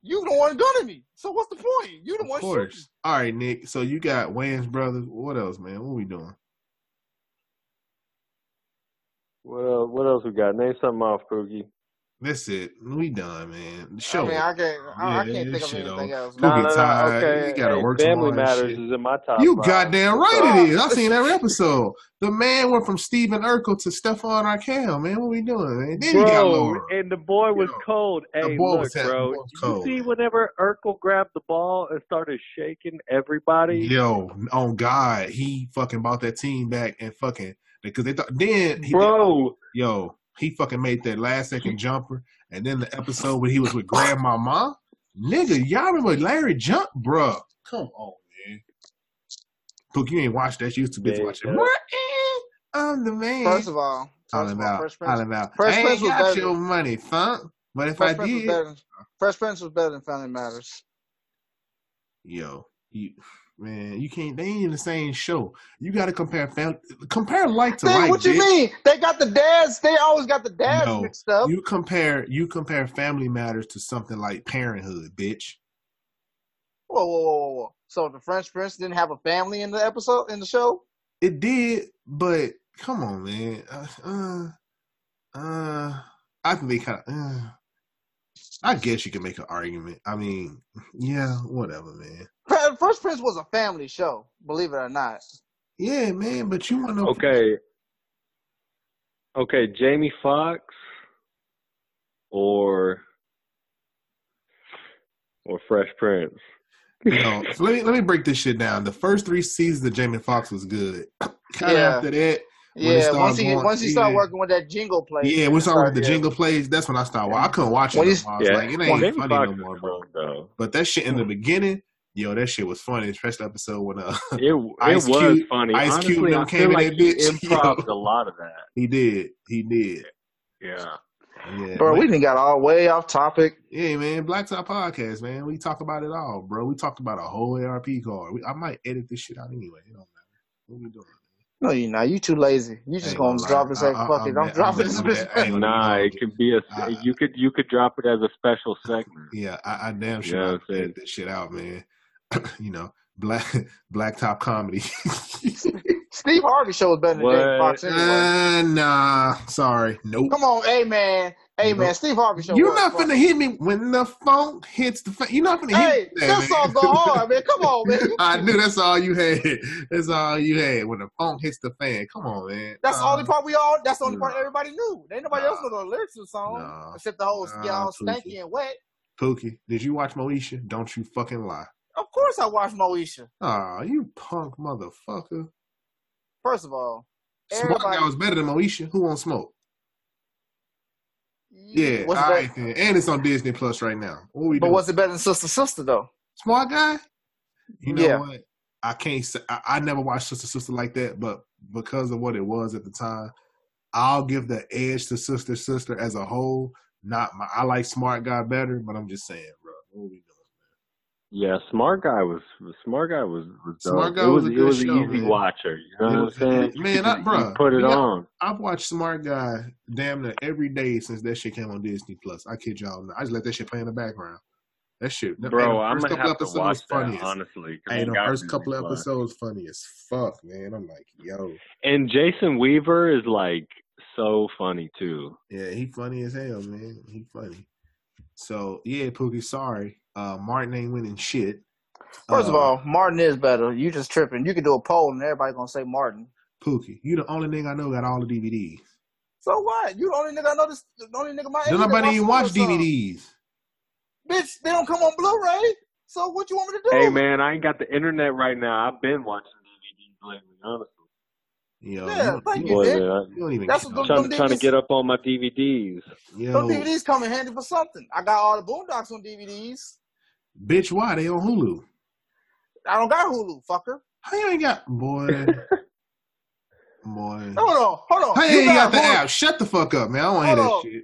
D: You the one gunning me. So what's the point? You the
C: Of
D: one shooting.
C: course. All right, Nick. So you got Wayans Brothers. What else, man? What we doing?
E: Well, what else we got? Name something off, Poogie.
C: That's it. We done, man. The
D: I
C: show.
D: mean, I can't. I, I
C: Yeah,
D: can't
C: this
D: think of
C: shit
D: anything
C: on.
D: else.
C: Who
E: No,
C: get
E: no, no.
C: tired?
E: Okay.
C: You gotta
E: hey,
C: work
E: Family
C: tomorrow and shit.
E: Matters is in my top.
C: you
E: five.
C: goddamn right
E: So-
C: it is. I seen every episode. The man went from Steven Urkel to Stefan Arkell, man. What we doing, man? Then he got
E: Bro,
C: Laura.
E: and the boy was
C: Yo,
E: cold.
C: the
E: Hey,
C: boy
E: look,
C: was hap-
E: bro.
C: the boy was
E: Did
C: cold,
E: you see
C: man.
E: whenever Urkel grabbed the ball and started shaking everybody?
C: Yo, on God, he fucking bought that team back and fucking because they thought then he,
E: Bro,
C: yo, he fucking made that last second jumper, and then the episode where he was with Grandma Ma, nigga, y'all remember Larry Jump, bruh. Come on, man. Book, you ain't watched that. You used to be
E: Yeah,
C: watching.
E: yeah.
C: Martin, I'm the man.
D: First of all, first
C: Hollering
D: of all,
C: out,
D: Fresh Prince.
C: hollering out.
D: Fresh
C: I
D: Prince
C: ain't
D: was
C: got
D: better.
C: your
D: than-
C: money, funk. But if I
D: Fresh Prince was
C: did,
D: better. than- Fresh Prince was better than Family Matters.
C: yo, you, man, you can't. They ain't in the same show. You got to compare family, compare like to
D: They,
C: like.
D: what you
C: bitch.
D: mean? They got the dads. They always got the dads
C: No,
D: mixed up.
C: you compare you compare Family Matters to something like Parenthood, bitch.
D: Whoa, whoa, whoa, whoa, whoa! So the French Prince didn't have a family in the episode in the show.
C: It did, but come on, man. Uh, uh, uh I think they kind of. Uh, I guess you can make an argument. I mean, yeah, whatever, man.
D: Fre- Fresh Prince was a family show, believe it or not.
C: Yeah, man, but you want to
E: Okay. Okay, Jamie Foxx or or Fresh Prince.
C: No, so let me let me break this shit down. The first three seasons of Jamie Foxx was good. [clears throat] kind of
D: Yeah.
C: after that, When it
D: Yeah,
C: started
D: once he
C: going-
D: once he started
C: yeah.
D: working with that jingle play,
C: yeah,
D: then
C: we
D: it
C: started with the
D: yeah.
C: jingle plays. That's when I started. Well, I couldn't watch it.
D: When
C: No
D: he's-
C: more. I was
E: [laughs] Yeah.
C: like, it
E: Well,
C: ain't
E: Jamie
C: funny
E: Fox
C: no
E: is
C: more, bro.
E: cool though.
C: But that shit in the
D: Hmm.
C: beginning, yo, that shit was funny. Especially the episode when uh, [laughs]
E: It it
C: Ice
E: was
C: Cube-
E: funny.
C: Ice Cube
E: Honestly,
C: them
E: I
C: came
E: feel
C: in
E: like
C: that bitch,
E: he
C: [laughs] yo.
E: improvised a lot of that.
C: he did, he did.
E: Yeah.
C: Yeah,
D: bro,
C: but
D: we didn't got all way off topic.
C: yeah, man, Blacktop Podcast, man, we talk about it all, bro. We talked about a whole ARP card. We, I might edit this shit out anyway. It don't matter. What we doing?
D: No, you not. You too lazy. You
C: I
D: just
C: ain't gonna
D: gonna
C: lie.
D: drop and
C: I,
D: say,
C: I,
D: "Fuck it,
C: I'm,
D: I'm
C: that, I'm,
D: dropping
C: that,
D: this
C: I'm that,
D: bitch."
C: I ain't gonna even
E: Nah,
C: hold
E: it
C: you.
E: could be a
C: I,
E: you could you could drop it as a special segment.
C: Yeah, I, I damn sure
E: You
C: not
E: know what I'm
C: gonna
E: saying?
C: edit this shit out, man. [clears throat] you know, black [laughs] blacktop comedy.
D: [laughs] Steve Harvey show was better than Jamie
E: What?
D: Foxx anyway.
C: uh, nah, sorry, nope.
D: Come on, hey man, hey man,
C: Nope.
D: Steve Harvey show
C: You're
D: was
C: not
D: fuck.
C: finna hit me when the funk hits the. Fa- You're not finna hit me
D: Hey,
C: with that,
D: that song
C: [laughs]
D: go hard, man. Come on, man.
C: man. I knew that's all you had. That's all you had when the funk hits the fan. Come on, man.
D: That's the only
C: Nah,
D: part we all. That's the only part
C: nah,
D: everybody knew. Ain't nobody else
C: nah,
D: know the lyrics to the song
C: nah,
D: except the whole get
C: nah,
D: all
C: Pookie.
D: stanky and wet.
C: Pookie, did you watch Moesha? Don't you fucking lie.
D: Of course, I watched Moesha.
C: Aw, you punk motherfucker.
D: First of all,
C: Smart guy
D: everybody.
C: was better than Moesha. Who won't smoke?
D: Was
C: Yeah,
D: it
C: all
D: better?
C: right then. And it's on Disney Plus right now. What we
D: But
C: doing?
D: was it better than Sister Sister though?
C: Smart guy? You know
D: Yeah.
C: what? I can't say I, I never watched Sister Sister like that, but because of what it was at the time, I'll give the edge to Sister Sister as a whole. Not my I like Smart Guy better, but I'm just saying, bro. What we doing?
E: Yeah, smart guy was smart guy was was
C: Smart
E: dope.
C: Guy
E: It was
C: was a
E: it
C: good
E: was an
C: show,
E: easy
C: man.
E: watcher. You know
C: It
E: what I'm
C: was
E: saying?
C: it,
E: You
C: man,
E: could
C: I,
E: just you
C: bro.
E: put it
C: Yeah,
E: on.
C: I've watched Smart Guy damn near every day since that shit came on Disney Plus. I kid y'all not. I just let that shit play in the background. That shit, them- hey,
E: Bro,
C: the
E: I'm
C: first
E: gonna
C: couple
E: have to watch
C: episodes
E: that
C: funny as
E: honestly because
C: Hey,
E: I
C: the
E: got
C: first
E: Disney
C: couple
E: Plus.
C: episodes funny as fuck, man. I'm like, yo,
E: And Jason Weaver is like so funny too.
C: yeah, he funny as hell, man. He funny. So yeah, Pookie, sorry. Uh, Martin ain't winning shit.
D: First of
C: Uh,
D: all, Martin is better. You just tripping. You could do a poll and everybody gonna say Martin.
C: Pookie, you the only nigga I know got all the DVDs.
D: So what? You the only nigga I know. This, the only nigga my
C: Don't
D: age that watches
C: nobody even
D: all
C: watch
D: those songs.
C: DVDs.
D: Bitch, they don't come on Blu-ray. So what you want me to do?
E: Hey man, I ain't got the internet right now. I've been watching DVDs lately, honestly.
C: Yo, you
D: Yeah,
C: don't,
D: thank
C: you
D: you, Dick.
C: don't,
E: Boy, man, I-
C: you don't even
D: That's what
C: count.
D: them, them
E: trying trying to
D: DVDs.
E: get up on my DVDs.
D: Them
C: Yo,
D: DVDs come in handy for something. I got all the Boondocks on DVDs.
C: bitch, why they on Hulu?
D: I don't got Hulu, fucker.
C: How you ain't got
D: [laughs]
C: boy, boy?
D: Hold on, hold on.
C: How you
D: You
C: ain't
D: got
C: got the
D: Hulu.
C: app? Shut the fuck up, man. I don't hear
D: Hold
C: that
D: on.
C: shit.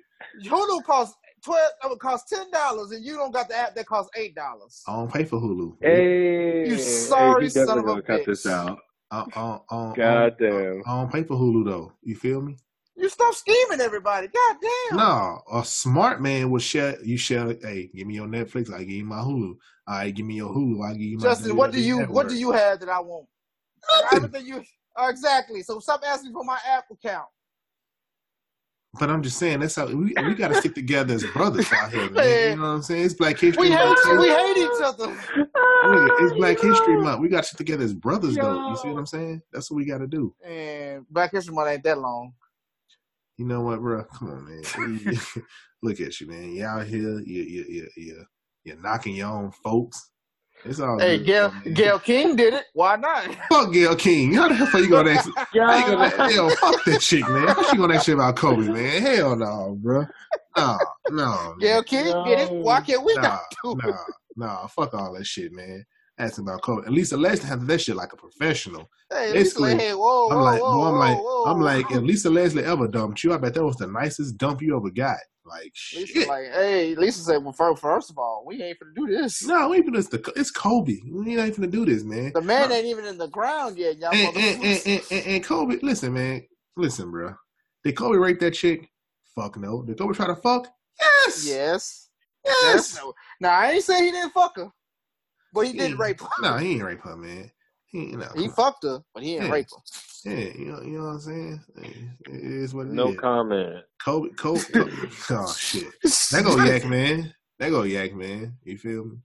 D: Hulu costs twelve. It would cost ten dollars, and you don't got the app that costs eight dollars.
C: I don't pay for Hulu.
D: You
E: Hey, hey,
D: sorry
E: he
D: son
E: definitely
D: of a
E: gonna cut this
D: bitch.
E: out.
C: I, I, I, I,
E: God damn.
C: I don't pay for Hulu though. You feel me?
D: You stop scheming everybody. God damn.
C: No, a smart man will share. You share. Hey, give me your Netflix. I give you my Hulu. I give me your Hulu. I give you my
D: Justin, what do
C: WWE
D: you what do
C: Network.
D: you have that I want? I got
C: Nothing.
D: everything you uh, exactly. So stop asking for my app account.
C: But I'm just saying that's how we, we got to stick together as brothers out
D: [laughs]
C: here. Man. You
D: Man.
C: know what I'm saying? It's Black History
D: We hate
C: Month. too.
D: we hate each other.
C: Nigga,
E: Ah,
C: It's Black
E: yo.
C: History Month. We got to stick together as brothers, though. You see
E: Yo.
C: what I'm saying? That's what we got to do.
D: And Black History Month ain't that long.
C: You know what, bro? Come on,
D: [laughs]
C: man. [laughs] Look at you, man. You out here, you you you you you're knocking your own folks. It's all
D: Hey,
C: good,
D: Gail
C: man.
D: Gail King did it. Why not?
C: [laughs] Fuck Gail King. How the hell are you gonna ask?
E: [laughs]
C: How you gonna yo?
D: [laughs]
C: Fuck that chick, man. How she gonna ask shit about Kobe, man? Hell no, bro. No, no,
D: Gail
C: man.
D: King
E: No.
D: did it. Why can't we
C: nah,
D: not do it?
C: nah, nah. Fuck all that shit, man. Asking about Kobe. At least Lesnar handled that shit like a professional.
D: Hey,
C: Basically,
D: basically, like, hey, whoa,
C: I'm
D: whoa,
C: like,
D: whoa,
C: bro, I'm like,
D: whoa,
C: I'm
D: whoa.
C: like, if Lisa Leslie ever dumped you, I bet that was the nicest dump you ever got. Like,
D: Lisa,
C: shit.
D: like, hey, Lisa said, well, first, first of all, we ain't finna do this.
C: No, we ain't finna. it's the- It's Kobe. We ain't finna do this, man.
D: The man ain't even in the ground yet, y'all
C: And and, and,
D: motherfuckers.
C: and, and, and Kobe, listen, man, listen, bro. Did Kobe rape that chick? Fuck no. Did Kobe try to fuck? Yes.
D: Yes.
C: Yes.
D: That's no. Now, I ain't saying he didn't fuck her, but he
C: He
D: did
C: ain't-
D: rape her.
C: No, he ain't rape her, man. He, you know,
D: He
C: come on.
D: fucked her, but he didn't
C: Yeah.
D: rape her.
C: Yeah, you know, you know what I'm saying. It it is what it is.
E: No comment.
C: Kobe, Kobe, Kobe.
E: [laughs]
C: oh shit. That
D: [laughs]
C: go yak, man. That go yak, man. You feel me?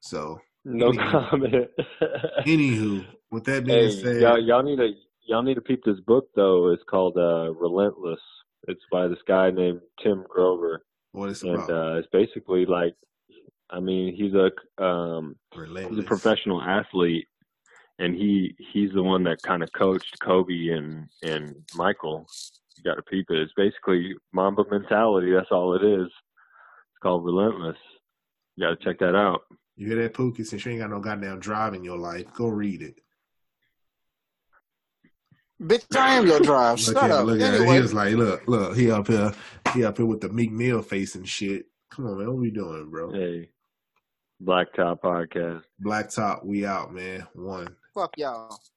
C: So,
E: No
C: Anywho.
E: comment. [laughs]
C: anywho, with that being
E: hey,
C: said,
E: y'all, y'all need to y'all need to peep this book though. It's called uh, Relentless. It's by this guy named Tim Grover,
C: what it's
E: and
C: about?
E: uh, it's basically like, I mean, he's a um, he's a
C: Relentless.
E: professional athlete, and he he's the one that kind of coached Kobe and and Michael. You got to peep it. It's basically Mamba mentality. That's all it is. It's called Relentless. You got to check that out.
C: You hear that, Pookie? Since you ain't got no goddamn drive in your life, go read it.
D: Bitch, I am your drive. Shut
C: Look at,
D: up.
C: look at. it. He
D: Anyway,
C: was like, look, look. He up here, he up here with the Meek Mill face and shit. Come on, man. What we doing, bro?
E: Hey, Blacktop Podcast.
C: Blacktop, we out, man. One.
D: fuck y'all.